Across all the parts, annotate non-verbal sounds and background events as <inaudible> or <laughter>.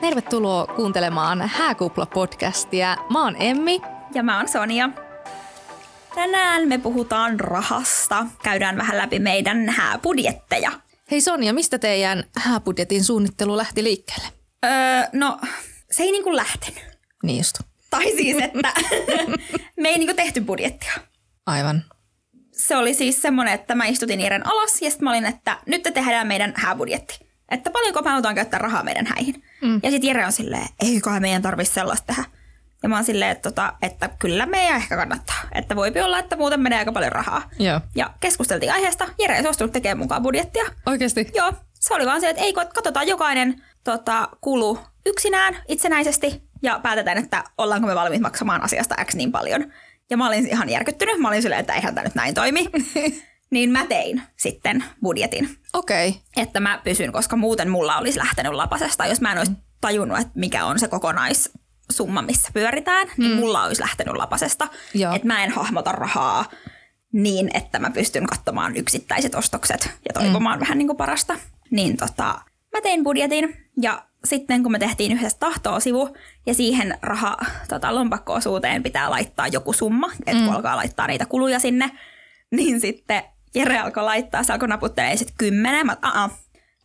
Tervetuloa kuuntelemaan Hääkupla-podcastia. Mä oon Emmi. Ja mä oon Sonia. Tänään me puhutaan rahasta. Käydään vähän läpi meidän hääbudjetteja. Hei Sonia, mistä teidän hääbudjetin suunnittelu lähti liikkeelle? Öö, no, se ei niinku lähtenyt. Niin just. Tai siis, että me ei niinku tehty budjettia. Aivan. Se oli siis semmonen, että mä istutin Iren alas ja sitten mä olin, että nyt te tehdään meidän hääbudjetti. Että paljonko mä halutaan käyttää rahaa meidän häihin. Mm. Ja sitten Jere on silleen, eiköhän meidän tarvitse sellaista tehdä. Ja mä oon silleen, että, tota, että kyllä meidän ehkä kannattaa. Että voipi olla, että muuten menee aika paljon rahaa. Joo. Ja keskusteltiin aiheesta. Jere ei suostunut tekemään mukaan budjettia. Oikeesti? Joo, se oli vaan se, että ei, kun katsotaan jokainen tota, kulu yksinään, itsenäisesti ja päätetään, että ollaanko me valmiit maksamaan asiasta X niin paljon. Ja mä olin ihan järkyttynyt. Mä olin silleen, että eihän tämä nyt näin toimi. niin mä tein sitten budjetin, Okei. Okay. että mä pysyn, koska muuten mulla olisi lähtenyt lapasesta. Jos mä en olisi tajunnut, että mikä on se kokonaissumma, missä pyöritään, niin mulla olisi lähtenyt lapasesta. Joo. Että mä en hahmota rahaa niin, että mä pystyn katsomaan yksittäiset ostokset ja toivomaan mm. vähän niin kuin parasta. Niin tota, mä tein budjetin ja sitten kun me tehtiin yhdessä tahtoosivu ja siihen raha tota, lompakko-osuuteen pitää laittaa joku summa, että mm. kun alkaa laittaa niitä kuluja sinne, niin sitten Jere alkoi laittaa, se alkoi naputtelee sitten kymmenen, mä oot, "Aa,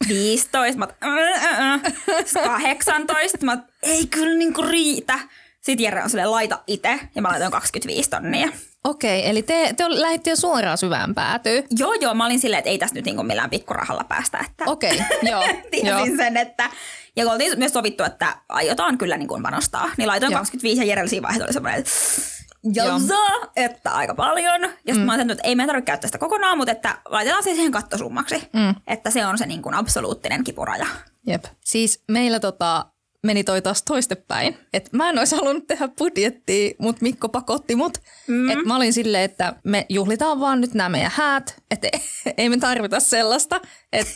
15, mä oot, "Äh, äh, äh." Sit 18, mä oot, ei kyllä niinku riitä. Sitten Jere on silleen, laita itse, ja mä laitoin 25 tonnia. Okei, okay, eli te, te ol- lähditte jo suoraan syvään päätyyn. Joo, joo, mä olin silleen, että ei tässä nyt niinku millään pikkurahalla päästä. Että <laughs> Okei, okay, joo. joo. <laughs> Tiesin sen, että... Ja kun oltiin myös sovittu, että aiotaan kyllä niin kuin panostaa. Niin laitoin Joo. joo. 25 ja Jerellä siinä vaiheessa oli semmoinen, että Joo. jazza, että aika paljon. Ja sitten mm. mä ajattelin, että ei meidän tarvitse käyttää sitä kokonaan, mutta että laitetaan se siihen kattosummaksi. Mm. Että se on se niin kuin absoluuttinen kipuraja. Jep. Siis meillä tota, meni toi taas toistepäin. Et mä en olisi halunnut tehdä budjettia, mutta Mikko pakotti mut. Mm. Et mä olin silleen, että me juhlitaan vaan nyt nämä meidän häät, että ei <laughs> me tarvita sellaista. Et <laughs>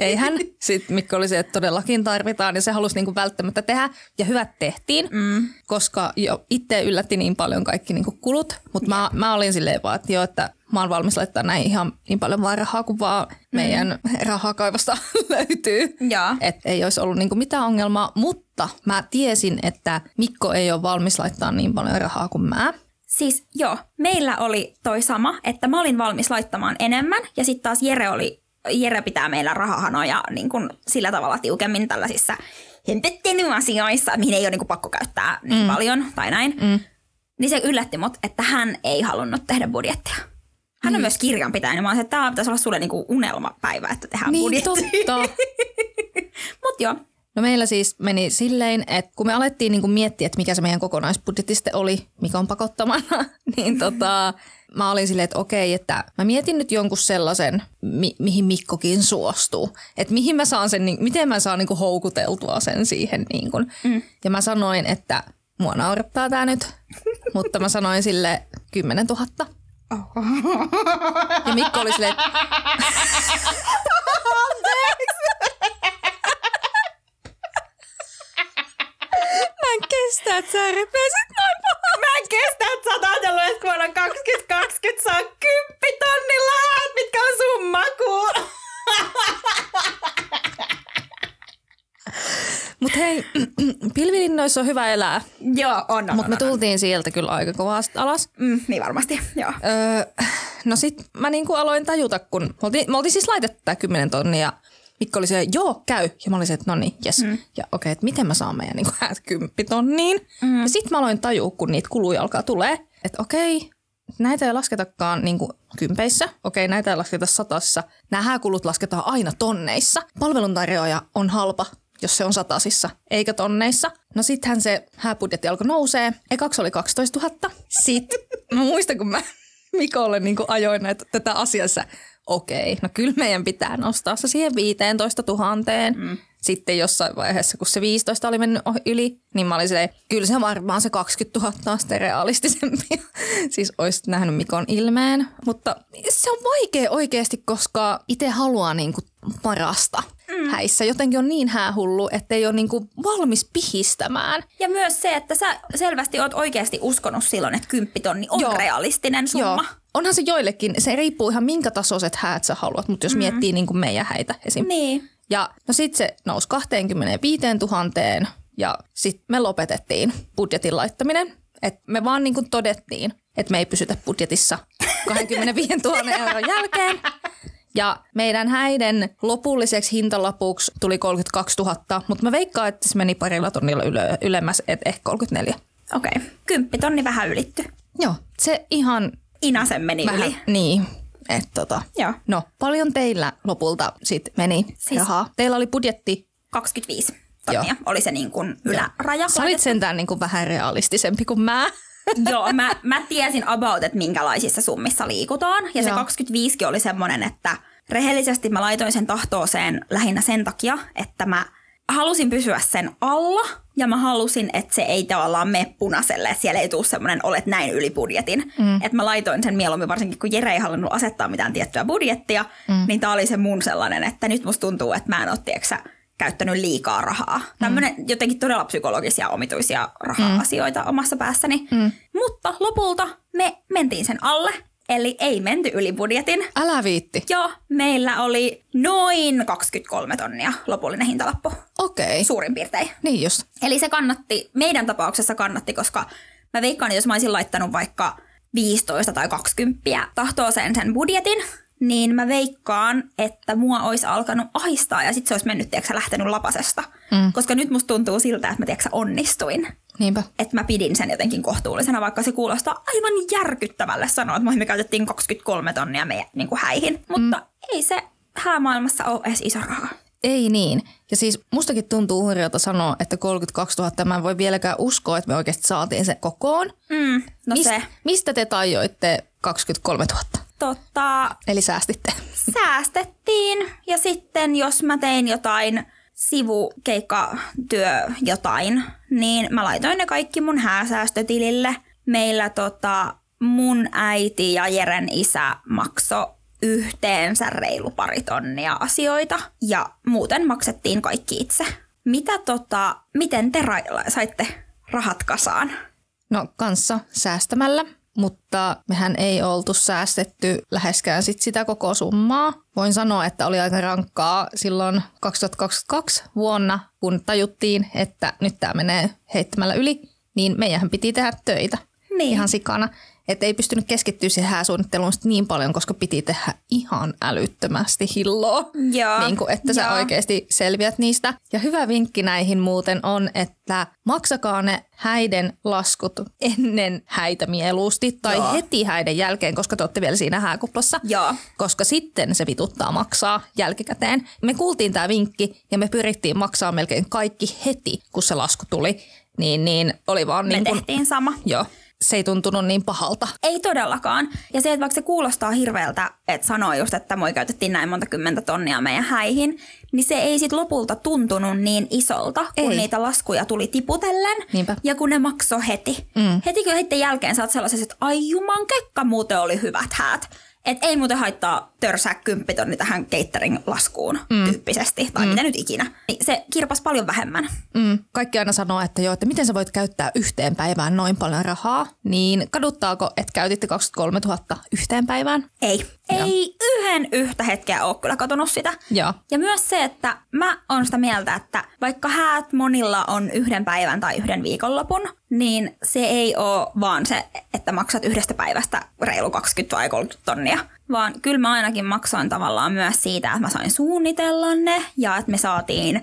eihän. Sitten Mikko oli se, että todellakin tarvitaan ja se halusi niinku välttämättä tehdä. Ja hyvät tehtiin, mm. koska jo itse yllätti niin paljon kaikki niinku kulut. Mutta mä, mä olin silleen vaan, että joo, että mä oon valmis laittaa näin ihan niin paljon vaan rahaa, kun vaan meidän rahakaivosta <laughs> löytyy. Joo. Et ei olisi ollut niinku mitään ongelmaa, mutta mä tiesin, että Mikko ei ole valmis laittaa niin paljon rahaa kuin mä. Siis joo, meillä oli toi sama, että mä olin valmis laittamaan enemmän ja sitten taas Jere oli, Jere pitää meillä rahahanoja niin kun sillä tavalla tiukemmin tällaisissa hempettelyasioissa, mihin ei ole niin kun pakko käyttää niin mm. paljon tai näin. Mm. Niin se yllätti mut, että hän ei halunnut tehdä budjettia. Hän on myös kirjanpitäjä, niin mä oon, se, että tämä pitäisi olla sulle niinku unelmapäivä, että tehdään niin budjetti. totta. <laughs> Mut joo, No meillä siis meni silleen, että kun me alettiin niinku miettiä, että mikä se meidän kokonaisbudjetti sitten oli, mikä on pakottamana, <laughs> niin tota, mä olin silleen, että okei, että mä mietin nyt jonkun sellaisen, mi- mihin Mikkokin suostuu. Että mihin mä saan sen, niin, miten mä saan niinku houkuteltua sen siihen. Niinku. Mm. Ja mä sanoin, että mua naurattaa tää nyt, <laughs> mutta mä sanoin sille 10 000. Ja Mikko oli silleen, että mä en kestä, että sä repesit noin Mä en kestä, että sä oot ajatellut, että vuonna 2020 saa 10 tonnilla häät, mitkä on sun maku. Mutta hei, <clears throat> pilvilinnoissa on hyvä elää. Joo, on, on, Mutta on, me on. tultiin sieltä kyllä aika kovasti alas. Mm, niin varmasti, joo. Öö, no sit mä niinku aloin tajuta, kun me oltiin, me oltiin siis laitettu tää 10 tonnia. Mikko oli se, joo, käy. Ja mä olin se, että no niin, jes. Mm. Ja okei, okay, että miten mä saan meidän niinku <laughs> häät 10 tonniin. Mm. Ja sit mä aloin tajua, kun niitä kuluja alkaa tulee, että okei, näitä ei lasketakaan niinku kympeissä. Okei, näitä ei lasketa satassa. Nämä hääkulut lasketaan aina tonneissa. Palveluntarjoaja on halpa, jos se on satasissa, eikä tonneissa. No sittenhän se hääbudjetti alkoi nousee. Ekaksi oli 12 000. Sitten mä muistan, kun mä <laughs> Mikolle niin ajoin näitä, tätä asiassa. Okei, no kyllä meidän pitää nostaa se siihen 15 000. Mm. Sitten jossain vaiheessa, kun se 15 oli mennyt ohi- yli, niin mä olin silleen, kyllä se varmaan se 20 000 on sitten realistisempi. <laughs> siis olisit nähnyt Mikon ilmeen. Mutta se on vaikea oikeasti, koska itse haluaa niin kuin parasta mm. häissä. Jotenkin on niin häähullu, että ei ole niin kuin valmis pihistämään. Ja myös se, että sä selvästi oot oikeasti uskonut silloin, että 10 tonni on Joo. joo. realistinen summa. Joo. Onhan se joillekin, se riippuu ihan minkä tasoiset häät sä haluat, mutta jos mm. miettii niin kuin meidän häitä esim. Niin. Ja no sit se nousi 25 000 Ja sitten me lopetettiin budjetin laittaminen. Et me vaan niin kuin todettiin, että me ei pysytä budjetissa 25 000 euron jälkeen. Ja meidän häiden lopulliseksi hintalapuksi tuli 32 000, mutta mä veikkaan, että se meni parilla tonnilla yle- ylemmäs, että ehkä 34. 000. Okei, okay. kymppitonni vähän ylitty. Joo, se ihan Inasen meni vähän. yli. Niin, et tota. Joo. No, paljon teillä lopulta sit meni siis, Siis- rahaa? Teillä oli budjetti. 25 tonnia Joo. oli se niin kuin yläraja. Sä olit sentään niin kuin vähän realistisempi kuin mä. Joo, mä, mä tiesin about, että minkälaisissa summissa liikutaan. Ja se Joo. 25 oli semmoinen, että rehellisesti mä laitoin sen tahtooseen lähinnä sen takia, että mä halusin pysyä sen alla ja mä halusin, että se ei tavallaan mene punaiselle, että siellä ei tule semmoinen olet näin yli budjetin. Mm. Että mä laitoin sen mieluummin, varsinkin kun Jere ei halunnut asettaa mitään tiettyä budjettia, mm. niin tää oli se mun sellainen, että nyt musta tuntuu, että mä en ole, tiedäksä, käyttänyt liikaa rahaa. Tämmöinen jotenkin todella psykologisia omituisia raha-asioita omassa päässäni. Mm. Mutta lopulta me mentiin sen alle, eli ei menty yli budjetin. Älä viitti. Joo, meillä oli noin 23 tonnia lopullinen hintalappu Okei. Okay. suurin piirtein. Niin just. Eli se kannatti, meidän tapauksessa kannatti, koska mä veikkaan, että jos mä olisin laittanut vaikka 15 tai 20 tahtoa sen, sen budjetin, niin mä veikkaan, että mua olisi alkanut ahistaa ja sitten se olisi mennyt, tiedätkö, sä, lähtenyt lapasesta. Mm. Koska nyt musta tuntuu siltä, että mä tiedätkö, sä, onnistuin. Niinpä. Että mä pidin sen jotenkin kohtuullisena, vaikka se kuulostaa aivan järkyttävälle sanoa, että me käytettiin 23 tonnia meidän niin kuin häihin. Mutta ei se häämaailmassa ole edes iso raha. Ei niin. Ja siis mustakin tuntuu hurjalta sanoa, että 32 000, mä en voi vieläkään uskoa, että me oikeasti saatiin se kokoon. Mm, no Mist- se, Mistä te tajoitte 23 000? tota, Eli säästitte. säästettiin ja sitten jos mä tein jotain sivukeikkatyö jotain, niin mä laitoin ne kaikki mun hääsäästötilille. Meillä tota, mun äiti ja Jeren isä makso yhteensä reilu pari tonnia asioita ja muuten maksettiin kaikki itse. Mitä tota, miten te ra- saitte rahat kasaan? No kanssa säästämällä, mutta mehän ei oltu säästetty läheskään sit sitä koko summaa. Voin sanoa, että oli aika rankkaa silloin 2022 vuonna, kun tajuttiin, että nyt tämä menee heittämällä yli, niin meidän piti tehdä töitä Niin. ihan sikana. Että ei pystynyt keskittyä siihen hääsuunnitteluun sit niin paljon, koska piti tehdä ihan älyttömästi hilloa. Joo. Niin kuin, että sä Joo. oikeasti selviät niistä. Ja hyvä vinkki näihin muuten on, että maksakaa ne häiden laskut ennen häitä mieluusti tai Joo. heti häiden jälkeen, koska te olette vielä siinä hääkuplassa. Joo. Koska sitten se vituttaa maksaa jälkikäteen. Me kuultiin tämä vinkki ja me pyrittiin maksaa melkein kaikki heti, kun se lasku tuli. Niin, niin oli vaan Me niin kuin, tehtiin sama. joo, se ei tuntunut niin pahalta. Ei todellakaan. Ja se, että vaikka se kuulostaa hirveältä, että sanoo just, että moi käytettiin näin monta kymmentä tonnia meidän häihin, niin se ei sit lopulta tuntunut niin isolta, kun Ei. ei. niitä laskuja tuli tiputellen Niinpä. ja kun ne maksoi heti. Mm. Heti kun heitten jälkeen saat sellaisen, että ai juman kekka, muuten oli hyvät häät. Et ei muuten haittaa törsää kymppitonni tähän catering-laskuun mm. tyyppisesti, tai mm. mitä nyt ikinä. Niin Se kirpas paljon vähemmän. Mm, kaikki aina sanoo, että joo, että miten sä voit käyttää yhteen päivään noin paljon rahaa, niin kaduttaako, että käytitte 23 000 yhteen päivään? Ei. Ei yhden yhtä hetkeä ole kyllä katonut sitä. Joo. Ja myös se, että mä oon sitä mieltä, että vaikka häät monilla on yhden päivän tai yhden viikonlopun, niin se ei oo vaan se, että maksat yhdestä päivästä reilu 20 tai 30 tonnia. Vaan kyllä mä ainakin maksoin tavallaan myös siitä, että mä sain suunnitella ne ja että me saatiin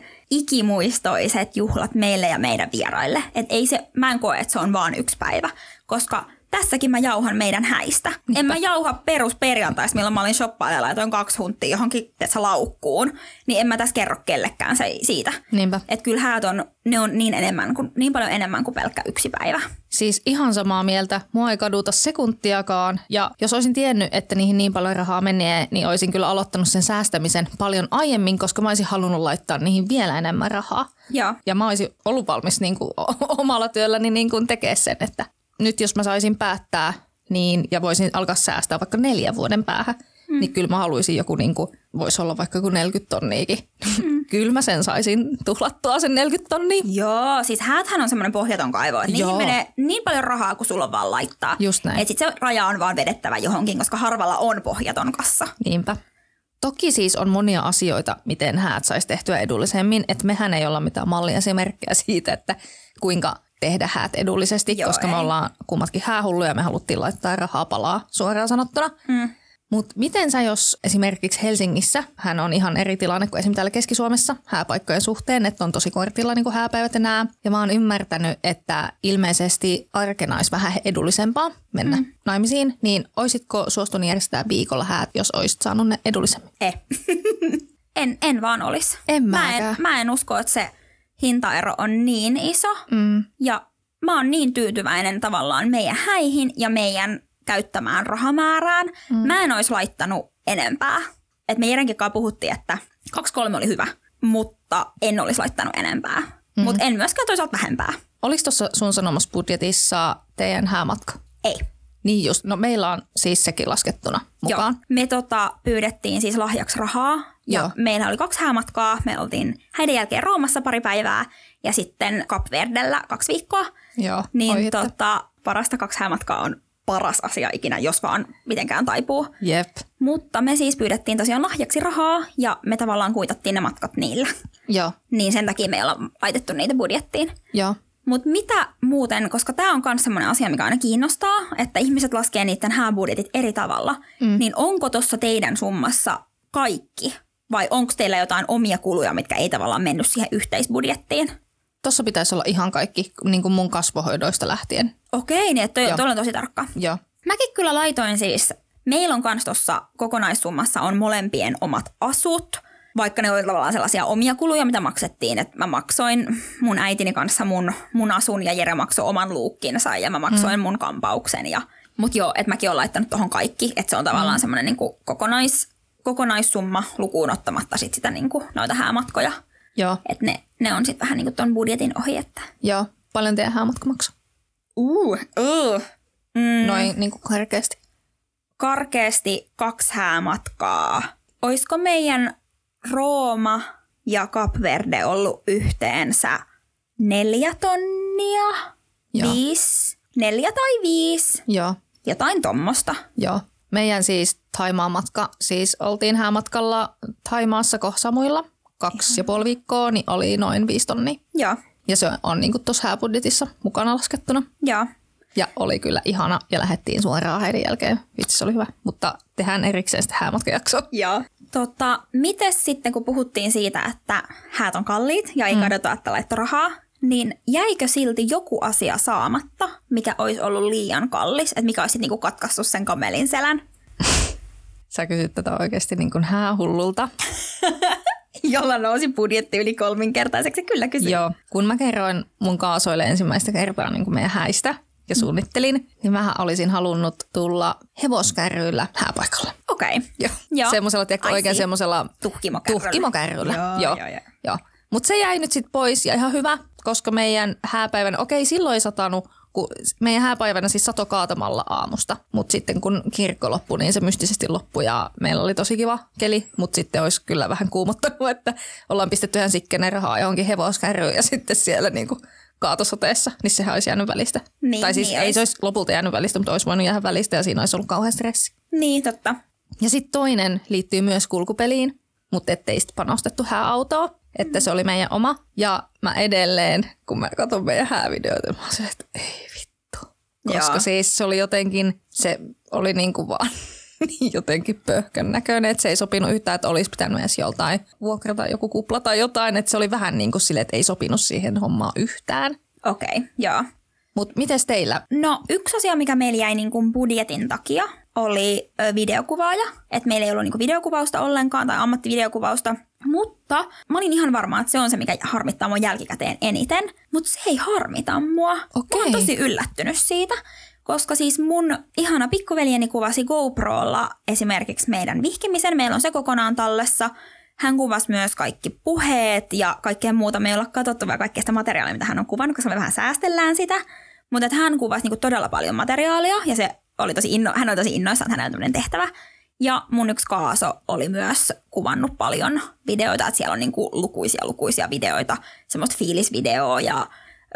ikimuistoiset juhlat meille ja meidän vieraille. Et ei se, mä en koe, että se on vaan yksi päivä, koska tässäkin mä jauhan meidän häistä. En mä jauha perusperjantaista, milloin mä olin shoppailla ja laitoin kaksi hunttia johonkin tässä laukkuun, niin en mä tässä kerro kellekään se, siitä. Niinpä. Että kyllä häät on, ne on niin, enemmän kuin, niin paljon enemmän kuin pelkkä yksi päivä. Siis ihan samaa mieltä. Mua ei kaduta sekuntiakaan. Ja jos olisin tiennyt, että niihin niin paljon rahaa menee, niin olisin kyllä aloittanut sen säästämisen paljon aiemmin, koska mä olisin halunnut laittaa niihin vielä enemmän rahaa. Joo. Ja mä olisin ollut valmis niin kuin omalla työlläni niin kuin tekee sen, että nyt jos mä saisin päättää niin, ja voisin alkaa säästää vaikka neljän vuoden päähän, mm. niin kyllä mä haluaisin joku, niin kuin, voisi olla vaikka joku 40 tonniikin. Mm. <laughs> kyllä mä sen saisin tuhlattua sen 40 tonnia. Joo, siis häthän on semmoinen pohjaton kaivo, että Joo. niihin menee niin paljon rahaa kuin sulla on vaan laittaa. Just näin. Et sit se raja on vaan vedettävä johonkin, koska harvalla on pohjaton kassa. Niinpä. Toki siis on monia asioita, miten häät saisi tehtyä edullisemmin, että mehän ei olla mitään malliesimerkkejä siitä, että kuinka tehdä häät edullisesti, Joo, Joo, koska me ei. ollaan kummatkin häähulluja ja me haluttiin laittaa rahaa palaa suoraan sanottuna. Mm. Mutta miten sä, jos esimerkiksi Helsingissä, hän on ihan eri tilanne kuin esimerkiksi täällä Keski-Suomessa hääpaikkojen suhteen, että on tosi kortilla niin kuin hääpäivät ja nää. Ja mä oon ymmärtänyt, että ilmeisesti arkena olisi vähän edullisempaa mennä mm. naimisiin, niin oisitko suostunut järjestää viikolla häät, jos oisit saanut ne edullisemmin? <laughs> Ei. en, en vaan olisi. En mä, en, mäkään. mä en usko, että se hintaero on niin iso. Mm. Ja mä oon niin tyytyväinen tavallaan meidän häihin ja meidän käyttämään rahamäärään. Mm. Mä en olisi laittanut enempää. Et me Jerenkin kanssa puhuttiin, että 2-3 oli hyvä, mutta en olisi laittanut enempää. Mm. Mutta en myöskään toisaalta vähempää. Oliko tuossa sun sanomassa budjetissa teidän häämatka? Ei. Niin just, no meillä on siis sekin laskettuna mukaan. Joo. Me tota, pyydettiin siis lahjaksi rahaa ja Joo. Joo. meillä oli kaksi häämatkaa. Me oltiin häiden jälkeen Roomassa pari päivää ja sitten Kapverdellä kaksi viikkoa. Joo, Niin oi että. tota, parasta kaksi häämatkaa on paras asia ikinä, jos vaan mitenkään taipuu. Jep. Mutta me siis pyydettiin tosiaan lahjaksi rahaa ja me tavallaan kuitattiin ne matkat niillä. Joo, Niin sen takia me ei olla laitettu niitä budjettiin. joo. Mutta mitä muuten, koska tämä on myös sellainen asia, mikä aina kiinnostaa, että ihmiset laskee niiden hääbudjetit eri tavalla, mm. niin onko tuossa teidän summassa kaikki? Vai onko teillä jotain omia kuluja, mitkä ei tavallaan mennyt siihen yhteisbudjettiin? Tuossa pitäisi olla ihan kaikki niin kuin mun kasvohoidoista lähtien. Okei, niin että toi, Joo. toi on tosi tarkka. Joo. Mäkin kyllä laitoin siis, meillä on kans tuossa kokonaissummassa on molempien omat asut, vaikka ne oli tavallaan sellaisia omia kuluja, mitä maksettiin. Et mä maksoin mun äitini kanssa mun, mun asun ja Jere maksoi oman luukkinsa ja mä maksoin mm. mun kampauksen. Ja, mut joo, että mäkin olen laittanut tuohon kaikki, että se on tavallaan mm. semmoinen niinku kokonais, kokonaissumma lukuun ottamatta sit sitä niinku noita häämatkoja. Joo, Että ne, ne on sitten vähän niinku ton budjetin ohi, että joo. Paljon teidän häämatka maksaa? uh, uh. Mm. Mm. Noin niin kuin karkeasti. karkeasti kaksi häämatkaa. Oisko meidän Rooma ja Kapverde ollut yhteensä neljä tonnia? Joo. Viisi? Neljä tai viisi? Joo, Jotain tommosta. joo. Meidän siis Taimaan matka, siis oltiin häämatkalla Taimaassa Kohsamuilla kaksi ja puoli viikkoa, niin oli noin viisi tonnia. Joo, Ja se on niin kuin tuossa hääbudjetissa mukana laskettuna. joo. Ja oli kyllä ihana ja lähdettiin suoraan häiden jälkeen. Vitsi, se oli hyvä. Mutta tehdään erikseen sitten häämatkajakso. Joo. Tota, mites sitten kun puhuttiin siitä, että häät on kalliit ja ei mm. kadota, että laittoi rahaa, niin jäikö silti joku asia saamatta, mikä olisi ollut liian kallis, että mikä olisi niinku katkaissut sen kamelin selän? Sä kysyt tätä oikeasti niin kuin häähullulta. <laughs> jolla nousi budjetti yli kolminkertaiseksi. Kyllä kysyin. Joo. Kun mä kerroin mun kaasoille ensimmäistä kertaa niin kuin meidän häistä Mm. ja suunnittelin, niin mä olisin halunnut tulla hevoskärryillä hääpaikalle. Okei. Okay. Joo. Joo. Semmoisella, tiedätkö, I oikein see. semmoisella Tuhkimokärryllä. tuhkimokärryllä. Joo, Joo, joo, joo, joo. joo. joo. Mutta se jäi nyt sitten pois ja ihan hyvä, koska meidän hääpäivänä, okei silloin ei satanut, kun meidän hääpäivänä siis sato kaatamalla aamusta, mutta sitten kun kirkko loppui, niin se mystisesti loppui ja meillä oli tosi kiva keli, mutta sitten olisi kyllä vähän kuumottanut, että ollaan pistetty ihan sikkenen rahaa johonkin hevoskärryyn ja <laughs> sitten siellä niinku kaatosoteessa, niin sehän olisi jäänyt välistä. Niin, tai siis niin ei olisi. se olisi lopulta jäänyt välistä, mutta olisi voinut jäädä välistä ja siinä olisi ollut kauhean stressi. Niin, totta. Ja sitten toinen liittyy myös kulkupeliin, mutta ettei sit panostettu hääautoon, että se oli meidän oma. Ja mä edelleen, kun mä katson meidän häävideoita, mä oon silleen, että ei vittu. Koska Joo. Joo. siis se oli jotenkin, se oli niinku vaan <laughs> niin jotenkin pöhkön näköinen, että se ei sopinut yhtään, että olisi pitänyt edes joltain vuokrata joku kupla tai jotain, että se oli vähän niin kuin silleen, että ei sopinut siihen hommaan yhtään. Okei, okay, joo. Mutta mites teillä? No yksi asia, mikä meillä jäi niin kuin budjetin takia, oli ö, videokuvaaja. Että meillä ei ollut niin kuin videokuvausta ollenkaan tai ammattivideokuvausta. Mutta mä olin ihan varma, että se on se, mikä harmittaa mun jälkikäteen eniten. Mutta se ei harmita mua. Mä oon Okei. tosi yllättynyt siitä. Koska siis mun ihana pikkuveljeni kuvasi GoProlla esimerkiksi meidän vihkimisen. Meillä on se kokonaan tallessa. Hän kuvasi myös kaikki puheet ja kaikkea muuta. Me ei olla katsottu vielä kaikkea sitä materiaalia, mitä hän on kuvannut, koska me vähän säästellään sitä. Mutta että hän kuvasi niinku todella paljon materiaalia ja se oli tosi inno, hän oli tosi innoissaan, että hänellä on tämmöinen tehtävä. Ja mun yksi kaaso oli myös kuvannut paljon videoita, että siellä on niinku lukuisia lukuisia videoita, semmoista fiilisvideoa ja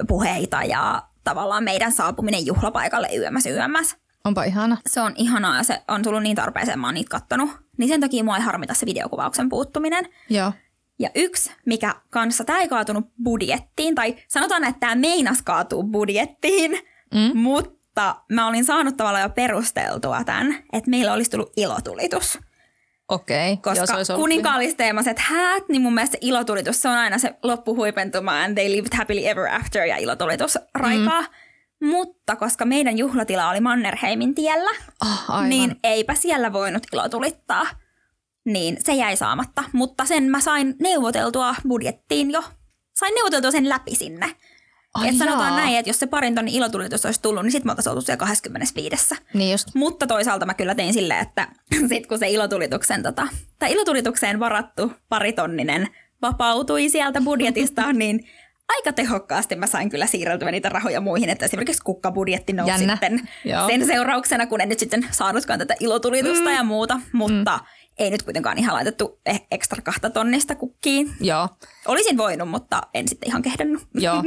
puheita ja tavallaan meidän saapuminen juhlapaikalle yömäs yömäs. Onpa ihana. Se on ihanaa ja se on tullut niin tarpeeseen, mä oon niitä kattonut. Niin sen takia mua ei harmita se videokuvauksen puuttuminen. Joo. Ja yksi, mikä kanssa, tämä ei kaatunut budjettiin, tai sanotaan, että tämä meinas kaatuu budjettiin, mm. mutta mä olin saanut tavallaan jo perusteltua tämän, että meillä olisi tullut ilotulitus. Okei. Okay. Koska kuninkaallisteemaiset häät, niin mun mielestä se ilotulitus, se on aina se loppuhuipentuma and they lived happily ever after ja ilotulitus raikaa. Mm. Mutta koska meidän juhlatila oli Mannerheimin tiellä, Oh, aivan. niin eipä siellä voinut ilotulittaa. Niin se jäi saamatta, mutta sen mä sain neuvoteltua budjettiin jo. Sain neuvoteltua sen läpi sinne. Ai Et sanotaan jaa. näin, että jos se parin tonnin ilotulitus olisi tullut, niin sit mä oltaisiin oltu siellä 25. Niin just. Mutta toisaalta mä kyllä tein silleen, että <clears throat> sit kun se ilotulituksen, tota, tai ilotulitukseen varattu paritonninen vapautui sieltä <laughs> budjetista, niin aika tehokkaasti mä sain kyllä siirreltyä niitä rahoja muihin, että esimerkiksi kukkabudjetti nousi Jännä. sitten Joo. sen seurauksena, kun en nyt sitten saanutkaan tätä ilotulitusta mm. ja muuta, mutta mm. ei nyt kuitenkaan ihan laitettu eh- ekstra kahta tonnista kukkiin. Joo. Olisin voinut, mutta en sitten ihan kehdannut. Joo.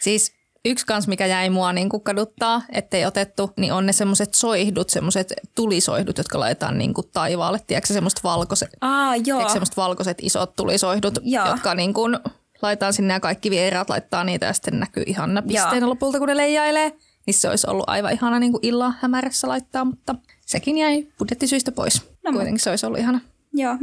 Siis yksi kans, mikä jäi mua niin kaduttaa, ettei otettu, niin on ne semmoset soihdut, semmoset tulisoihdut, jotka laitetaan niin kuin taivaalle. Tiedätkö semmoset valkoiset, <laughs> Aa, joo. tiedätkö, semmoset valkoiset isot tulisoihdut, Joo. jotka niin kuin laitetaan sinne ja kaikki vieraat laittaa niitä ja sitten näkyy ihana pisteenä lopulta, kun ne leijailee. Niin se olisi ollut aivan ihana niin kuin illalla hämärässä laittaa, mutta sekin jäi budjettisyistä pois. niin. No, Kuitenkin se olisi ollut <laughs> ihana. Joo,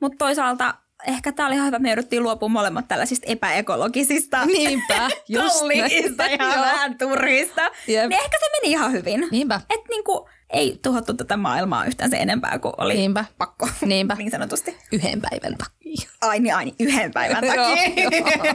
mutta toisaalta ehkä tämä oli ihan hyvä, me jouduttiin luopumaan molemmat tällaisista <laughs> epäekologisista, <laughs> Niinpä, Niin, just kalliista näin. ja <laughs> Joo. vähän turhista. Jep. Niin. Niin ehkä se meni ihan hyvin. Niinpä. Et niinku, ei tuhottu tätä maailmaa yhtään sen enempää kuin oli Niinpä. pakko, Niin. <laughs> Niinpä. niin sanotusti. Yhden päivän takia. Ai niin, ai niin, yhden päivän <laughs> takia. Joo,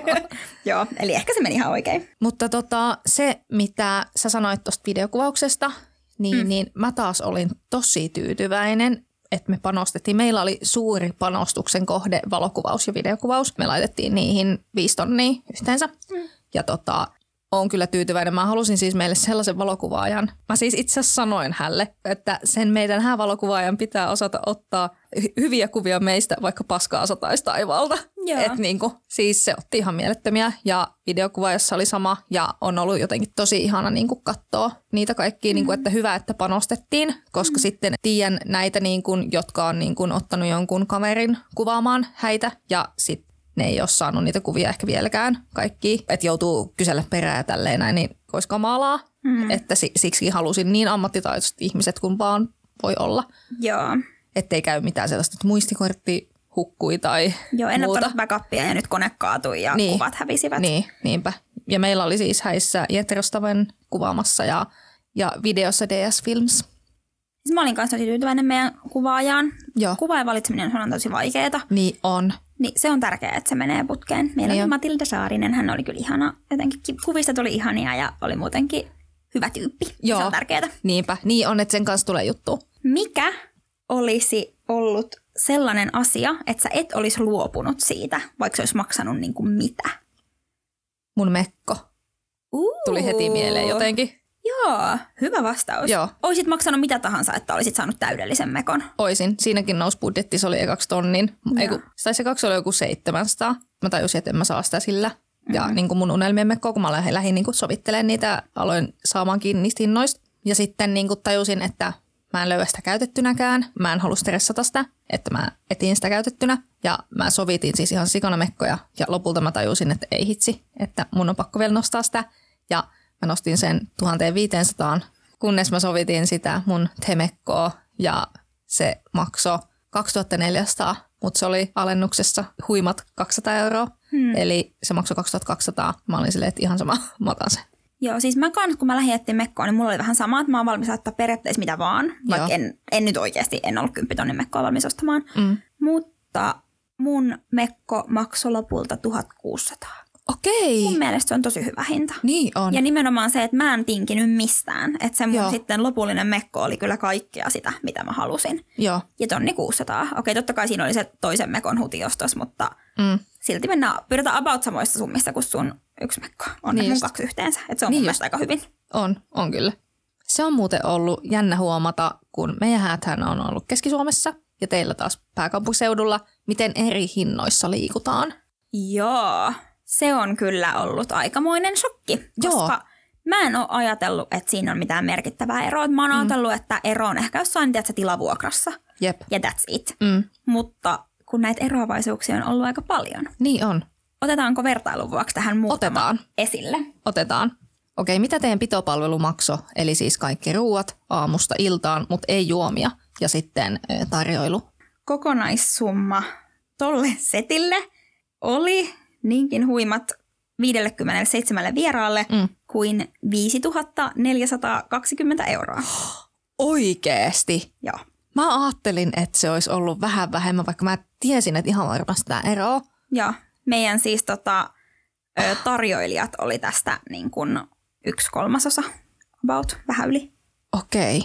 joo. <laughs> joo, eli ehkä se meni ihan oikein. Mutta tota, se, mitä sä sanoit tuosta videokuvauksesta, niin, mm. niin mä taas olin tosi tyytyväinen, että me panostettiin. Meillä oli suuri panostuksen kohde valokuvaus ja videokuvaus. Me laitettiin niihin viisi tonnia yhteensä. Mm. Ja tota, on kyllä tyytyväinen. Mä halusin siis meille sellaisen valokuvaajan. Mä siis itse asiassa sanoin hälle, että sen meidän häävalokuvaajan pitää osata ottaa hy- hyviä kuvia meistä, vaikka paskaa sataisi taivaalta. Joo. Et niinku, siis se otti ihan mielettömiä ja videokuva, jossa oli sama ja on ollut jotenkin tosi ihana niinku katsoa niitä kaikkia, mm. niinku, Mm-hmm. että hyvä, että panostettiin, koska mm. sitten tiedän näitä, niinku, jotka on niinku, ottanut jonkun kaverin kuvaamaan häitä ja sitten ne ei ole saanut niitä kuvia ehkä vieläkään kaikki, että joutuu kysellä perää ja tälleen näin, niin olisi kamalaa, Mm-hmm. mm. että si- siksi halusin niin ammattitaitoiset ihmiset kuin vaan voi olla, Joo. ettei käy mitään sellaista, että muistikortti hukkui tai Joo, en muuta. ottanut backupia ja nyt kone kaatui ja Niin. kuvat hävisivät. Niin, niinpä. Ja meillä oli siis häissä Jeterostaven kuvaamassa ja, ja videossa DS Films. Siis mä olin kanssa tosi tyytyväinen meidän kuvaajaan. Joo. Kuvaajan valitseminen on tosi vaikeaa. Niin on. Niin se on tärkeää, että se menee putkeen. Meillä Niin niin on. oli Matilda Saarinen, hän oli kyllä ihana. Jotenkin ki- kuvista tuli ihania ja oli muutenkin hyvä tyyppi. Joo. Se on tärkeää. Niinpä. Niin on, että sen kanssa tulee juttu. Mikä olisi ollut sellainen asia, että sä et olisi luopunut siitä, vaikka se olisi maksanut niin kuin mitä? Mun mekko tuli heti Uhuh. mieleen jotenkin. Joo, hyvä vastaus. Joo. Oisit maksanut mitä tahansa, että olisit saanut täydellisen mekon. Oisin. Siinäkin nousi budjetti, se oli ekaksi tonnin. Ei kun, tai se kaksi oli joku 700. Mä tajusin, että en mä saa sitä sillä. Ja mm-hmm. niin kuin mun unelmien mekko, kun mä lähdin, lähdin niin kuin sovittelemaan niitä, aloin saamaan kiinni niistä hinnoista. Ja sitten niin kuin tajusin, että mä en löydä sitä käytettynäkään. Mä en halua stressata sitä, että mä etin sitä käytettynä. Ja mä sovitin siis ihan sikana mekkoja. Ja lopulta mä tajusin, että ei hitsi, että mun on pakko vielä nostaa sitä. Ja mä nostin sen 1500, kunnes mä sovitin sitä mun temekkoa. Ja se maksoi 2400, mutta se oli alennuksessa huimat 200 euroa. Hmm. Eli se maksoi 2200. Mä olin silleen, että ihan sama, <laughs> mä otan sen. Joo, siis mä kans, kun mä lähdin etsimään mekkoa, niin mulla oli vähän sama, että mä oon valmis laittaa periaatteessa mitä vaan, vaikka Joo. en, en, nyt oikeasti en ollut kymppitonnin mekkoa valmis ostamaan. Mm. Mutta mun mekko maksoi lopulta 1600. Okei, Mun mielestä se on tosi hyvä hinta. niin on. Ja nimenomaan se, että mä en tinkinyt mistään. Että se mun Joo. sitten lopullinen mekko oli kyllä kaikkea sitä, mitä mä halusin. Joo, Ja tonni 600. Okei, totta kai siinä oli se toisen mekon hutiostos, mutta mm. silti mennään, pidetään about samoissa summissa kuin sun yksi mekko. On Niin niin mun just. kaksi yhteensä. Että se on Niin niin mun just. mielestä aika hyvin. on, on kyllä. Se on muuten ollut jännä huomata, kun meidän häthän on ollut Keski-Suomessa ja teillä taas pääkaupunkiseudulla, miten eri hinnoissa liikutaan. Joo, se on kyllä ollut aikamoinen shokki, Joo. koska Mä en ole ajatellut, että siinä on mitään merkittävää eroa. Mä oon mm. ajatellut, että ero on ehkä jossain tiedätkö, tilavuokrassa. Jep. Ja that's it. Mm. Mutta kun näitä eroavaisuuksia on ollut aika paljon. Niin on. Otetaanko vertailun vuoksi tähän muutama Otetaan. esille? Otetaan. Okei, mitä teidän pitopalvelu makso? Eli siis kaikki ruuat aamusta iltaan, mutta ei juomia. Ja sitten ö, tarjoilu. Kokonaissumma tolle setille oli niinkin huimat 57 vieraalle Mm. kuin 5420 euroa. Oikeesti? Joo. Mä ajattelin, että se olisi ollut vähän vähemmän, vaikka mä tiesin, että ihan varmasti tämä eroa. Ja meidän siis tota, ö, tarjoilijat oli tästä niin kuin yksi kolmasosa, about, vähän yli. Okei.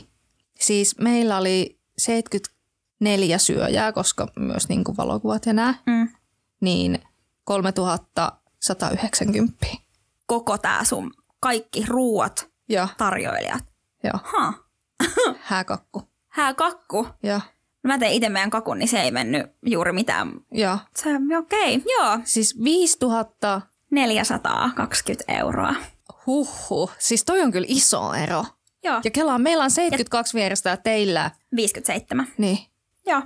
Siis meillä oli 74 syöjää, koska myös niin kuin valokuvat ja nää, Mm. niin 3190. Koko tämä sun kaikki ruuat Ja, tarjoilijat. ja Ha, hääkakku. hää kakku. No Ja, Mä tein itse meidän kakun, niin se ei mennyt juuri mitään. ja. Se okei, okay, joo. Siis 5000 420 euroa. Huhhuh. Siis toi on kyllä iso ero. Joo, Ja Kelaa, meillä on 72 vierestä ja teillä. 57. Niin. Joo,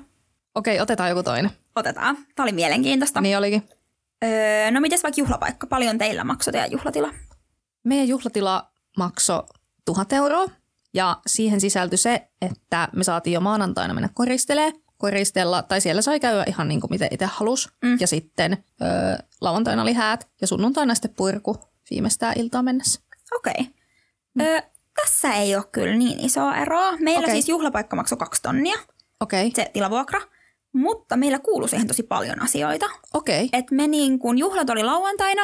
Okei, otetaan joku toinen. otetaan. Tämä oli mielenkiintoista. Niin olikin. Öö, no mites vaikka juhlapaikka? Paljon teillä maksoi teidän juhlatila? Meidän juhlatila maksoi 1000 euroa ja siihen sisältyi se, että me saatiin jo maanantaina mennä koristelee, koristella, tai siellä sai käydä ihan niin kuin miten itse halusi. Mm. Mm. Ja sitten öö, lauantaina oli häät ja sunnuntaina sitten purku viimeistään iltaan mennessä. Okei. Okay. Öö, tässä ei ole kyllä niin isoa eroa. Meillä okay. Okei. siis juhlapaikka maksoi kaksi tonnia, Okei, okay. se tilavuokra. Mutta meillä kuului siihen tosi paljon asioita. okei, okay. Et me niin kun juhlat oli lauantaina,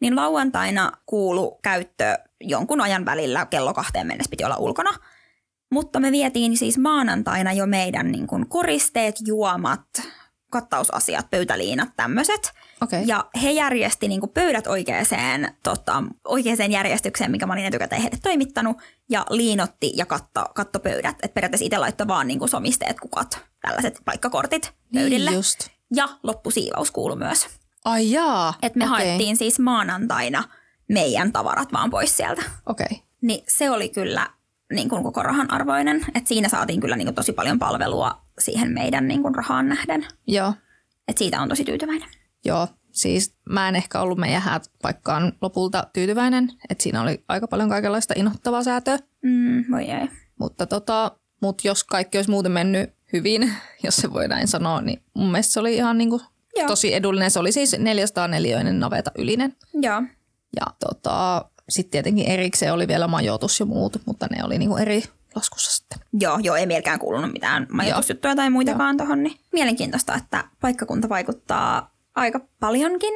niin lauantaina kuulu käyttö jonkun ajan välillä kello kahteen mennessä piti olla ulkona. Mutta me vietiin siis maanantaina jo meidän niin kun koristeet, juomat, kattausasiat, pöytäliinat, tämmöiset. okei. Okay. Ja he järjesti niin pöydät oikeaan, tota, oikeaan järjestykseen, minkä mä olin etukäteen heille toimittanut, ja liinotti ja katto, katto pöydät. Et periaatteessa itse laittoi vaan niin somisteet, kukat, tällaiset paikkakortit pöydille. Niin just. Ja loppusiivaus kuului myös. Ai jaa. Et me okay. Okei. haettiin siis maanantaina meidän tavarat vaan pois sieltä. Okei, okay. Niin se oli kyllä niin kuin koko rahan arvoinen. Et siinä saatiin kyllä niin kuin tosi paljon palvelua siihen meidän niin kuin rahaan nähden. joo. Et siitä on tosi tyytyväinen. Joo, siis mä en ehkä ollut meidän hääpaikkaan lopulta tyytyväinen, että siinä oli aika paljon kaikenlaista inhottavaa säätöä, Mm, voi ei. mutta tota, mut jos kaikki olisi muuten mennyt hyvin, <laughs> jos se voi näin sanoa, niin mun mielestä se oli ihan niinku Joo. tosi edullinen. Se oli siis 404 naveta ylinen Joo. ja tota, sitten tietenkin erikseen oli vielä majoitus ja muut, mutta ne oli niinku eri laskussa sitten. Joo, joo, ei mielkään kuulunut mitään majoitusjuttuja tai muitakaan tuohon. Niin. Mielenkiintoista, että paikkakunta vaikuttaa aika paljonkin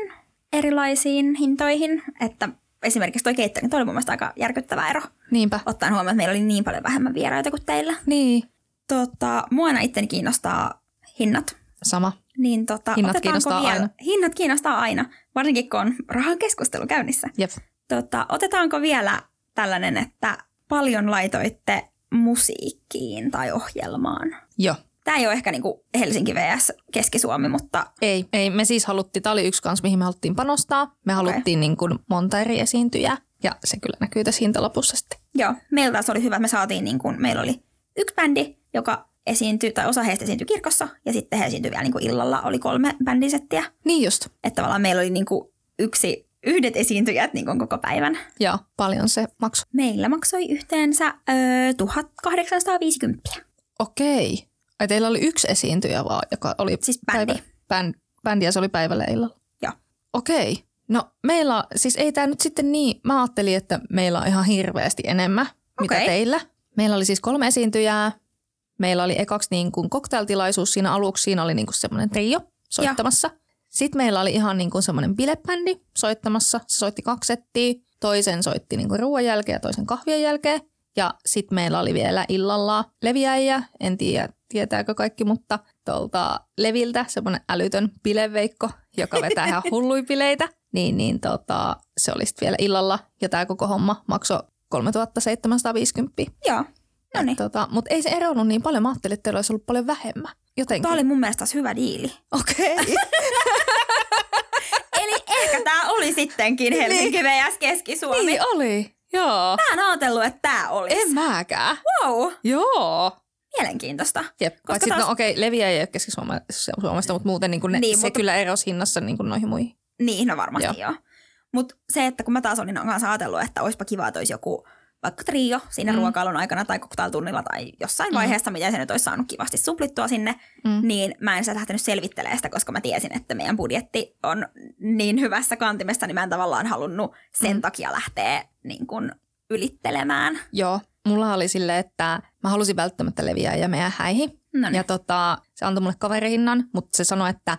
erilaisiin hintoihin. Että esimerkiksi toi catering, toi oli mun mielestä aika järkyttävä ero. Niinpä. Ottaen huomioon, että meillä oli niin paljon vähemmän vieraita kuin teillä. Niin, Tota, mua aina itteni kiinnostaa hinnat. sama. Niin tota, Hinnat otetaanko kiinnostaa vielä? aina. Hinnat kiinnostaa aina, varsinkin kun on rahakeskustelu käynnissä. Jep. Tota, otetaanko vielä tällainen, että paljon laitoitte musiikkiin tai ohjelmaan? Joo. Tämä ei ole ehkä niinku Helsinki vs. Keski-Suomi, mutta Ei, ei, me siis haluttiin, tämä oli yksi kans, mihin me haluttiin panostaa. Me haluttiin niin kuin monta eri esiintyjää ja se kyllä näkyy tässä hintalapussa sitten. joo, meillä taas oli hyvä, että me saatiin, niinku, meillä oli yksi bändi, joka esiintyi, tai osa heistä esiintyi kirkossa, ja sitten he esiintyi vielä niinku illalla, oli kolme bändisettiä. Niin just. Että tavallaan meillä oli niinku yksi, yhdet esiintyjät niinku koko päivän. Ja paljon se maksoi. Meillä maksoi yhteensä öö, 1850. Okei. Ai teillä oli yksi esiintyjä vaan, joka oli Siis bändi. Päivä, bänd, bändi ja se oli päivällä ja illalla. Joo. Okei. No meillä, siis ei tämä nyt sitten niin, mä ajattelin, että meillä on ihan hirveästi enemmän, mitä Okei. teillä. Meillä oli siis kolme esiintyjää. Meillä oli ekaksi niin kuin cocktailtilaisuus siinä aluksi, siinä oli niin kuin semmoinen trio soittamassa. Sitten meillä oli ihan niin kuin semmoinen bilebändi soittamassa. Se soitti kaksi settiä. Toisen soitti niin kuin ruoan jälkeen ja toisen kahvien jälkeen. Ja sitten meillä oli vielä illalla leviäjiä. En tiedä, tietääkö kaikki, mutta tuolta Leviltä semmoinen älytön bileveikko, joka vetää <laughs> ihan hulluja bileitä. Niin, niin tota, se oli sitten vielä illalla. Ja tämä koko homma maksoi 3750. Joo, no niin. Tota, Mutta ei se eronnut niin paljon. Mä ajattelin, että teillä olisi ollut paljon vähemmän. Jotenkin. Tämä oli mun mielestä taas hyvä diili. Okei. Okay. <laughs> Eli ehkä tämä oli sittenkin Helsinki vs. Keski-Suomi. Niin oli, Joo. Mä en ajatellut, että tää olisi. En mäkään. Wow, Joo. mielenkiintoista. Jep, Koska paitsi, taas- no okei, leviä ei ole Keski-Suomesta, mutta muuten niin kuin ne, Niin, niin, se mutta- mutta... kyllä erosi hinnassa niin kuin noihin muihin. Niin, no varmasti joo. Joo. joo. Mutta se, että kun mä taas olin kanssa ajatellut, että olisipa kiva, että olisi joku vaikka trio siinä mm. Mm. ruokailun aikana tai cocktailtunnilla tai jossain mm. Mm. vaiheessa, mitä se nyt olisi saanut kivasti suplittua sinne, mm. Mm. niin mä en sitä lähtenyt selvittelemään sitä, koska mä tiesin, että meidän budjetti on niin hyvässä kantimessa, niin mä en tavallaan halunnut sen mm. Mm. takia lähteä niin kun, ylittelemään. Joo, mulla oli silleen, että mä halusin välttämättä leviä ja meidän häihin. No niin. Ja tota, se antoi mulle kaverihinnan, mutta se sanoi, että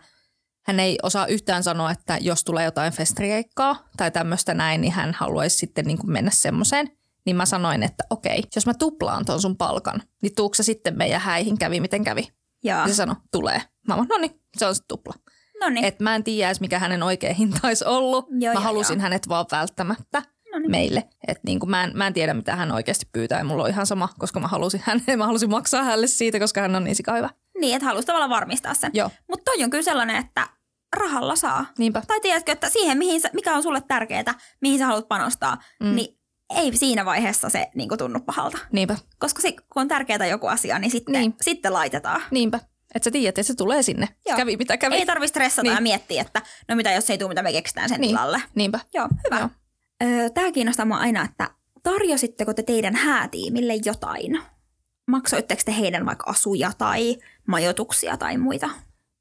hän ei osaa yhtään sanoa, että jos tulee jotain festrikeikkaa tai tämmöistä näin, niin hän haluaisi sitten niin kuin mennä semmoiseen. Niin mä sanoin, että okei, jos mä tuplaan ton sun palkan, niin tuuks se sitten meidän häihin kävi, miten kävi? Ja, Ja se sanoi, tulee. Mä oon, no niin, se on se tupla. no niin, Et mä en tiedä edes, mikä hänen oikea hinta olisi ollut. Joo, mä joo, halusin joo. hänet vaan välttämättä No niin. meille. Et niin kuin mä, en, mä en tiedä, mitä hän oikeasti pyytää. Ja mulla on ihan sama, koska mä halusin, <laughs> hänen, mä halusin maksaa hänelle siitä, koska hän on niin sika hyvä. niin että halusi tavallaan varmistaa sen. Joo, Mutta toi on kyllä sellainen, että rahalla saa. niinpä. tai tiedätkö, että siihen, mihin sä, mikä on sulle tärkeää, mihin sä haluat panostaa, mm. Mm. niin ei siinä vaiheessa se niin kuin tunnu pahalta. Niinpä, Koska se, kun on tärkeää joku asia, niin sitten, niin. Niin. sitten laitetaan. niinpä. Että sä tiedät, että se tulee sinne. Joo. Joo. Kävi mitä kävi. Ei tarvitse stressata niin. Niin. ja miettiä, että no mitä jos ei tule, mitä me keksitään sen niin. Niin. tilalle. niinpä. Joo, hyvä. Joo. Joo. Öö, Tämä kiinnostaa mua aina, että tarjositteko te teidän häätiimille jotain? Maksoitteko te heidän vaikka asuja tai majoituksia tai muita?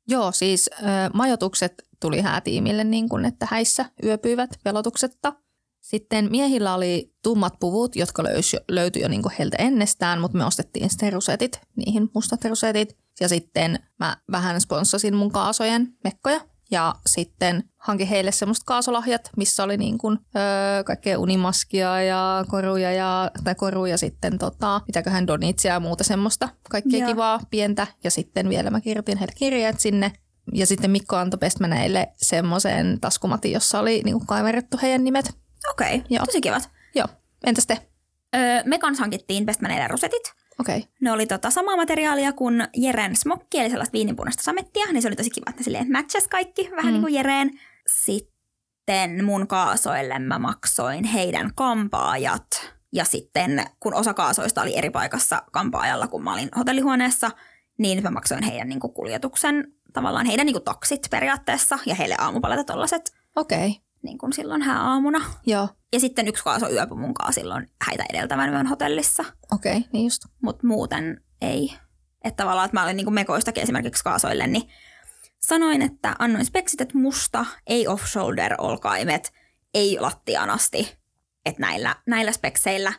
Joo, siis ö, majoitukset tuli häätiimille niin kuin, että häissä yöpyivät velotuksetta. Sitten miehillä oli tummat puvut, jotka löys, löytyi jo niin kuin heiltä ennestään, mutta me ostettiin sitten rusetit, niihin mustat rusetit. Ja sitten mä vähän sponssasin mun kaasojen mekkoja. Ja sitten hankin heille semmoiset kaasolahjat, missä oli niin kuin, öö, kaikkea unimaskia ja koruja ja, tai koruja sitten tota, mitäköhän donitsia ja muuta semmoista. Kaikkea Joo. Joo. kivaa, pientä. Ja sitten vielä mä kirjoitin heille kirjeet sinne. Ja sitten Mikko antoi pestmäneille semmoisen taskumatin, jossa oli niin kuin kaiverrettu heidän nimet. Okei, okay, Joo. tosi kivat. Joo, entäs te? Öö, me kanssa hankittiin Bestmaneiden rusetit. Okei. Okay. Ne oli tota samaa materiaalia kuin Jeren smokki, eli sellaista viininpunaista samettia, niin se oli tosi kiva, että ne silleen matchas kaikki, vähän mm. Mm. niin kuin Jereen. Sitten mun kaasoille mä maksoin heidän kampaajat, ja sitten kun osa kaasoista oli eri paikassa kampaajalla, kun mä olin hotellihuoneessa, niin mä maksoin heidän niin kuin kuljetuksen, tavallaan heidän niin kuin taksit periaatteessa, ja heille aamupaletat tollaset, Okei, okay. niin kuin silloin hää aamuna. joo. Ja sitten yksi kaaso yöpyi mun kaa silloin häitä edeltävän yön hotellissa Okei, okay. niin just. mutta muuten ei. Että tavallaan, että mä olin niin mekoistakin esimerkiksi kaasoille, niin sanoin, että annoin speksit, että musta, ei off-shoulder olkaimet, ei lattiaan asti, että näillä, näillä spekseillä,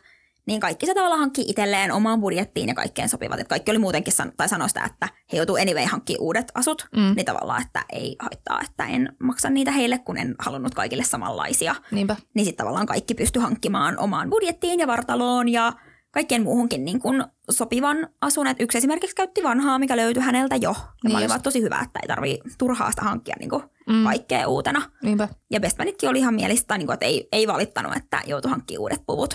niin kaikki se tavallaan hankkii itselleen omaan budjettiin ja kaikkeen sopivat. Että kaikki oli muutenkin, san- tai sanoi sitä, että he joutuu anyway hankkimaan uudet asut, mm. Mm. niin tavallaan, että ei haittaa, että en maksa niitä heille, kun en halunnut kaikille samanlaisia Niinpä. niin sitten tavallaan kaikki pysty hankkimaan omaan budjettiin ja vartaloon ja kaikkeen muuhunkin niin kuin sopivan asun. Et yksi esimerkiksi käytti vanhaa, mikä löytyi häneltä jo. Ja niin Niin oli just. vaan tosi hyvä, että ei tarvii turhaa sitä hankkia niin kuin Mm. kaikkea uutena. Niinpä. Ja Bestmanitkin oli ihan mielistä, tai niin kuin, että ei, ei valittanut, että joutui hankkimaan uudet puvut.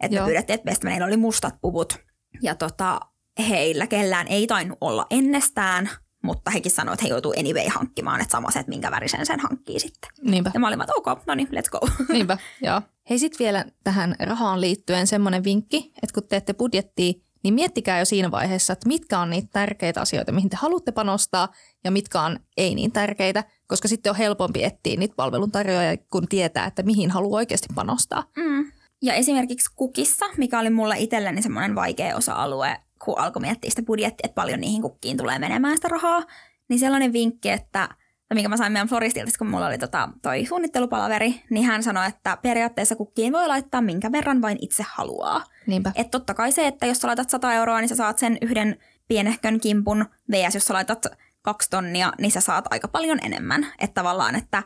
Että me Joo. pyydettiin, että Bestmanilla oli mustat puvut. Ja tota, heillä kellään ei tainnut olla ennestään, mutta hekin sanoivat, että he joutuu anyway hankkimaan, että sama se, että minkä värisen sen hankkii sitten. Niinpä. Ja mä olin vaan, että ok, no niin, let's go. Niinpä, joo. Hei sitten vielä tähän rahaan liittyen semmoinen vinkki, että kun teette budjettia, niin miettikää jo siinä vaiheessa, että mitkä on niitä tärkeitä asioita, mihin te haluatte panostaa ja mitkä on ei niin tärkeitä, koska sitten on helpompi etsiä niitä palveluntarjoajia, kun tietää, että mihin haluaa oikeasti panostaa. Mm. Ja esimerkiksi kukissa, mikä oli mulla itselläni semmoinen vaikea osa-alue, kun alkoi miettiä sitä budjettia, että paljon niihin kukkiin tulee menemään sitä rahaa, niin sellainen vinkki, että tai minkä mä sain meidän Foristilta, kun mulla oli tota, toi suunnittelupalaveri, niin hän sanoi, että periaatteessa kukkiin voi laittaa minkä verran vain itse haluaa. Niinpä, Että totta kai se, että jos sä laitat 100 euroa, niin sä saat sen yhden pienehkön kimpun, vs. jos sä laitat kaksi tonnia, niin sä saat aika paljon enemmän. Että tavallaan, että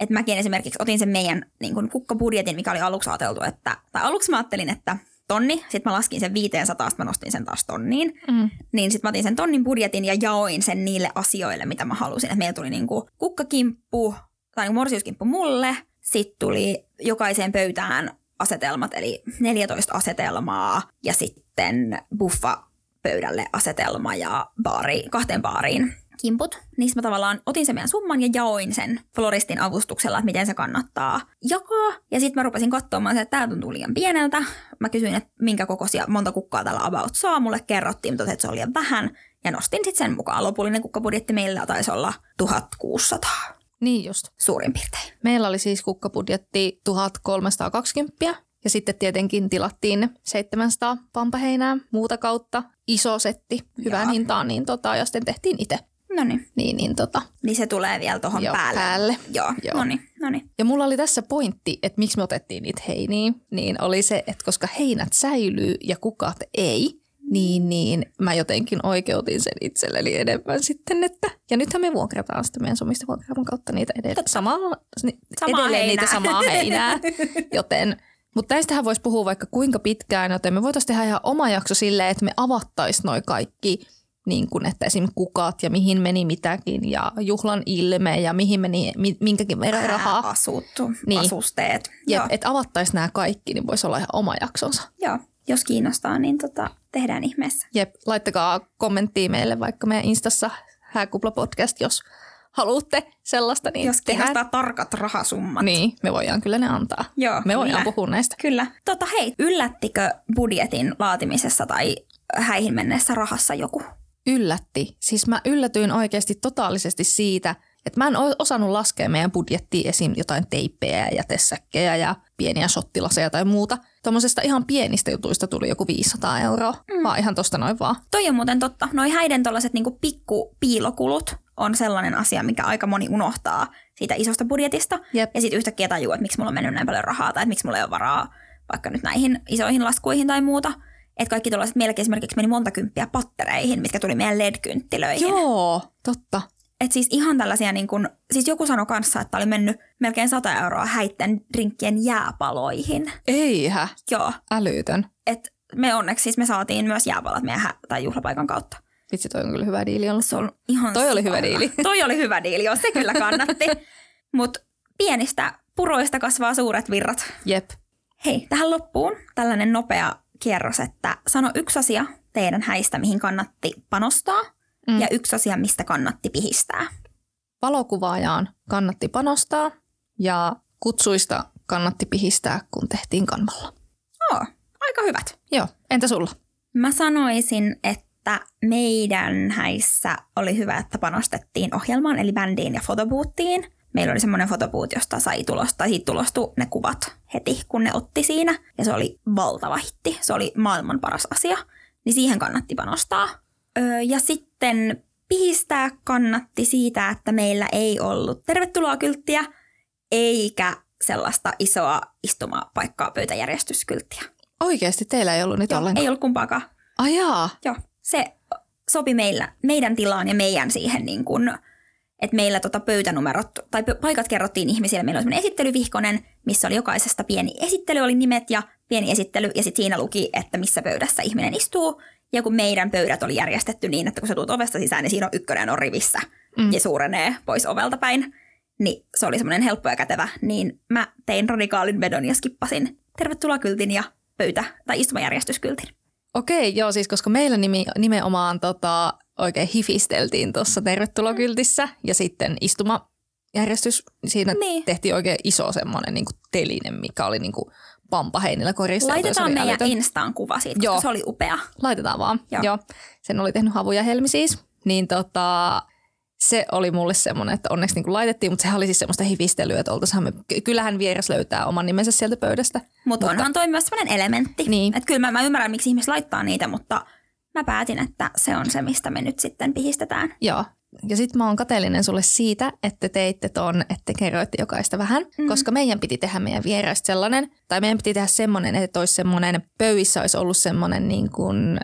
et mäkin esimerkiksi otin sen meidän niin kun kukkabudjetin, mikä oli aluksi ajateltu, että, tai aluksi mä ajattelin, että tonni, sitten mä laskin sen 500, sitten mä nostin sen taas tonniin. mm. Niin sitten mä otin sen tonnin budjetin ja jaoin sen niille asioille, mitä mä halusin. Et meillä tuli niin kuin kukkakimppu, tai niin morsiuskimppu mulle, sitten tuli jokaiseen pöytään asetelmat, eli 14 asetelmaa, ja sitten buffa pöydälle asetelma ja baari, kahteen baariin kimput. Niistä mä tavallaan otin sen meidän summan ja jaoin sen floristin avustuksella, että miten se kannattaa jakaa. Ja sitten mä rupesin katsomaan, että tämä tuntuu liian pieneltä. Mä kysyin, että minkä kokoisia, monta kukkaa tällä about saa. Mulle kerrottiin, mutta että se oli liian vähän. Ja nostin sitten sen mukaan. Lopullinen kukkabudjetti meillä taisi olla 1600 Niin just. suurin piirtein. Meillä oli siis kukkabudjetti 1320 ja sitten tietenkin tilattiin ne 700 pampaheinää muuta kautta. Iso setti, hyvään Joo. hintaan, niin tota, ja sitten tehtiin itse. No niin, Niin, niin tota. niin se tulee vielä tuohon Joo, päälle. päälle. Joo, Joo. no niin, no niin. Ja mulla oli tässä pointti, että miksi me otettiin niitä heiniä, niin oli se, että koska heinät säilyy ja kukat ei, niin, niin mä jotenkin oikeutin sen itselleni enemmän sitten, että... Ja nythän me vuokrataan sitten meidän somista vuokraamon kautta niitä edelleen. Samaa, ni- Samaa edelleen heinää. niitä samaa <laughs> heinää, joten... Mutta tästähän voisi puhua vaikka kuinka pitkään, joten me voitaisiin tehdä ihan oma jakso silleen, että me avattaisiin noi kaikki, niin kun, että esim. kukat ja mihin meni mitäkin ja juhlan ilme ja mihin meni mi- minkäkin verran rahaa. Asuttu, Niin. niin. asusteet. Jep, Joo. että avattaisiin nämä kaikki, niin voisi olla ihan oma jaksonsa. Joo, jos kiinnostaa, niin tota, tehdään ihmeessä. Jep, laittakaa kommenttia meille vaikka meidän Instassa Hääkupla podcast, jos haluatte sellaista, niin Jos tehdään. kiinnostaa tarkat rahasummat. Niin, me voidaan kyllä ne antaa. Joo, me voidaan kyllä. puhua näistä. Kyllä. Tota hei, yllättikö budjetin laatimisessa tai häihin menneessä rahassa joku? Yllätti. Siis mä yllätyin oikeasti totaalisesti siitä, että mä en oo osannut laskea meidän budjettiin esim. jotain teippejä ja jätesäkkejä ja pieniä shottilaseja tai muuta. Tuommoisesta ihan pienistä jutuista tuli joku 500 euroa, mm. vaan ihan tosta noin vaan. Toi on muuten totta. Noi häiden tollaset niinku pikkupiilokulut on sellainen asia, mikä aika moni unohtaa siitä isosta budjetista. Jep. Ja sitten yhtäkkiä tajuu, että miksi mulla on mennyt näin paljon rahaa tai että miksi mulla ei ole varaa vaikka nyt näihin isoihin laskuihin tai muuta. Että kaikki tuollaiset, meilläkin esimerkiksi meni monta kymppiä pattereihin, mitkä tuli meidän LED-kynttilöihin. Joo, totta. Et siis ihan tällaisia, niin kun, siis joku sanoi kanssa, että oli mennyt melkein 100 euroa häitten drinkkien jääpaloihin. Eihä, Joo, älytön. et me onneksi siis me saatiin myös jääpalat meidän hä- tai juhlapaikan kautta. Vitsi, toi on kyllä hyvä diili ollut. Se on ihan Toi oli hyvä sikana. diili. Toi oli hyvä diili, joo, se kyllä kannatti. <laughs> Mutta pienistä puroista kasvaa suuret virrat. Jep. Hei, tähän loppuun tällainen nopea kierros, että sano yksi asia teidän häistä, mihin kannatti panostaa, Mm. mm. ja yksi asia, mistä kannatti pihistää. Valokuvaajaan kannatti panostaa ja kutsuista kannatti pihistää, kun tehtiin kanvalla. Joo, aika hyvät. Joo, entä sulla? Mä sanoisin, että meidän häissä oli hyvä, että panostettiin ohjelmaan, eli bändiin ja fotobuuttiin. Meillä oli semmoinen fotobuut, josta sai tulosta, siitä tulostui ne kuvat heti, kun ne otti siinä. Ja se oli valtava hitti. Se oli maailman paras asia. Niin siihen kannatti panostaa. Öö, ja sitten pihistää kannatti siitä, että meillä ei ollut tervetuloa kylttiä, eikä sellaista isoa istumapaikkaa pöytäjärjestyskylttiä. Oikeasti teillä ei ollut niitä ollenkaan. ei ollut kumpaakaan. Ajaa. Joo, se sopi meillä, meidän tilaan ja meidän siihen niin kuin, että meillä tota pöytänumerot tai pö- paikat kerrottiin ihmisille. Meillä oli semmoinen esittelyvihkonen, missä oli jokaisesta pieni esittely, oli nimet ja pieni esittely ja sitten siinä luki, että missä pöydässä ihminen istuu. Ja kun meidän pöydät oli järjestetty niin, että kun sä tulet ovesta sisään, niin siinä on ykkönen on rivissä Mm. mm. ja suurenee pois ovelta päin. Niin se oli semmoinen helppo ja kätevä, niin mä tein radikaalin vedon ja skippasin tervetuloa kyltin ja pöytä- tai istumajärjestyskyltin. Okei, joo, siis koska meillä nimi, nimenomaan tota, oikein hifisteltiin tuossa tervetulokyltissä ja sitten istuma järjestys, siinä Mm. Niin. tehtiin oikein iso semmoinen niin teline, mikä oli niin kuin pampaheinillä koristeltu. ja se Laitetaan oli meidän älytön. Instaan kuva siitä, koska Joo. Joo. se oli upea. Laitetaan vaan. Joo. Joo. Joo. Sen oli tehnyt Havu ja Helmi siis. Niin tota, se oli mulle semmoinen, että onneksi niinku laitettiin, mutta sehän oli siis semmoista hivistelyä, että oltaisihan me, ky- kyllähän vieras löytää oman nimensä sieltä pöydästä. Mutta onhan toi myös sellainen elementti. Niin. Että kyllä mä, mä ymmärrän, miksi ihmiset laittaa niitä, mutta mä päätin, että se on se, mistä me nyt sitten pihistetään. Joo. Ja sitten mä oon kateellinen sulle siitä, että teitte ton, että kerroitte jokaista vähän, mm. koska meidän piti tehdä meidän vieraista sellainen, tai meidän piti tehdä semmoinen, että olisi semmoinen, pöyissä olisi ollut semmoinen niin kuin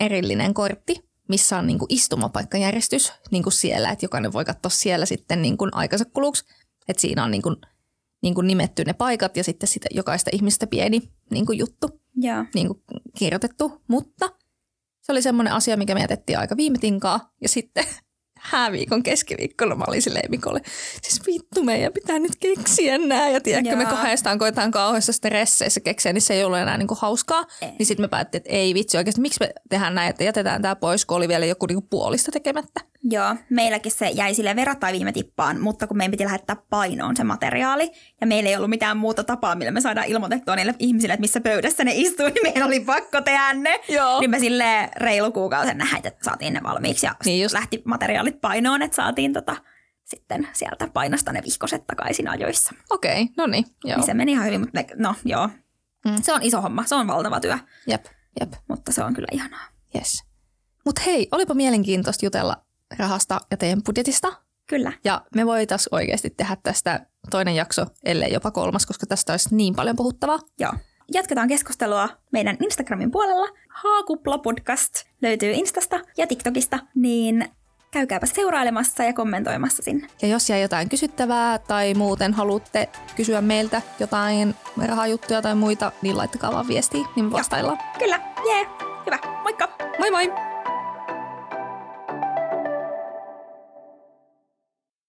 erillinen kortti, missä on niin kuin istumapaikkajärjestys niin kuin siellä, että jokainen voi katsoa siellä sitten niin kuin aikansa kuluksi, että siinä on niin kuin, niin kuin nimetty ne paikat ja sitten sitä jokaista ihmistä pieni niin kuin juttu Joo. niin kuin kirjoitettu, mutta se oli semmoinen asia, mikä me jätettiin aika viime tinkaa. Ja sitten <laughs> hääviikon keskiviikkona mä olin silleen Mikolle, siis vittu meidän pitää nyt keksiä nää. Ja tiedätkö, me Jaa. kahdestaan koetaan kauheassa stresseissä keksiä, niin se ei ollut enää niin kuin hauskaa. Ei. Niin sitten me päätettiin, että ei vitsi oikeasti, miksi me tehdään näin, että jätetään tämä pois, kun oli vielä joku niin kuin puolista tekemättä. Joo, meilläkin se jäi sille verrattain viime tippaan, mutta kun meidän piti lähettää painoon se materiaali, ja meillä ei ollut mitään muuta tapaa, millä me saadaan ilmoitettua niille ihmisille, että missä pöydässä ne istuu, <laughs> niin meidän oli pakko tehdä ne. Joo. Niin me sille reilu kuukauden nähdään, että saatiin ne valmiiksi, ja Niin niin just. lähti materiaalit painoon, että saatiin tota, sitten sieltä painosta ne vihkoset takaisin ajoissa. Okei, okay, no niin, joo. Niin se meni ihan hyvin, mutta ne, no joo. Mm. Mm. Se on iso homma, se on valtava työ, Jep, jep, mutta se on kyllä ihanaa. yes. Mut hei, olipa mielenkiintoista jutella rahasta ja teidän budjetista. Kyllä. Ja me voitais oikeasti tehdä tästä toinen jakso, ellei jopa kolmas, koska tästä olisi niin paljon puhuttavaa. Joo. Jatketaan keskustelua meidän Instagramin puolella. Haakupla podcast löytyy Instasta ja TikTokista, niin käykääpä seurailemassa ja kommentoimassa sinne. Ja jos jäi jotain kysyttävää tai muuten haluatte kysyä meiltä jotain rahajuttuja tai muita, niin laittakaa vaan viestiä, niin me vastaillaan. Kyllä, jee, hyvä, moikka! Moi moi!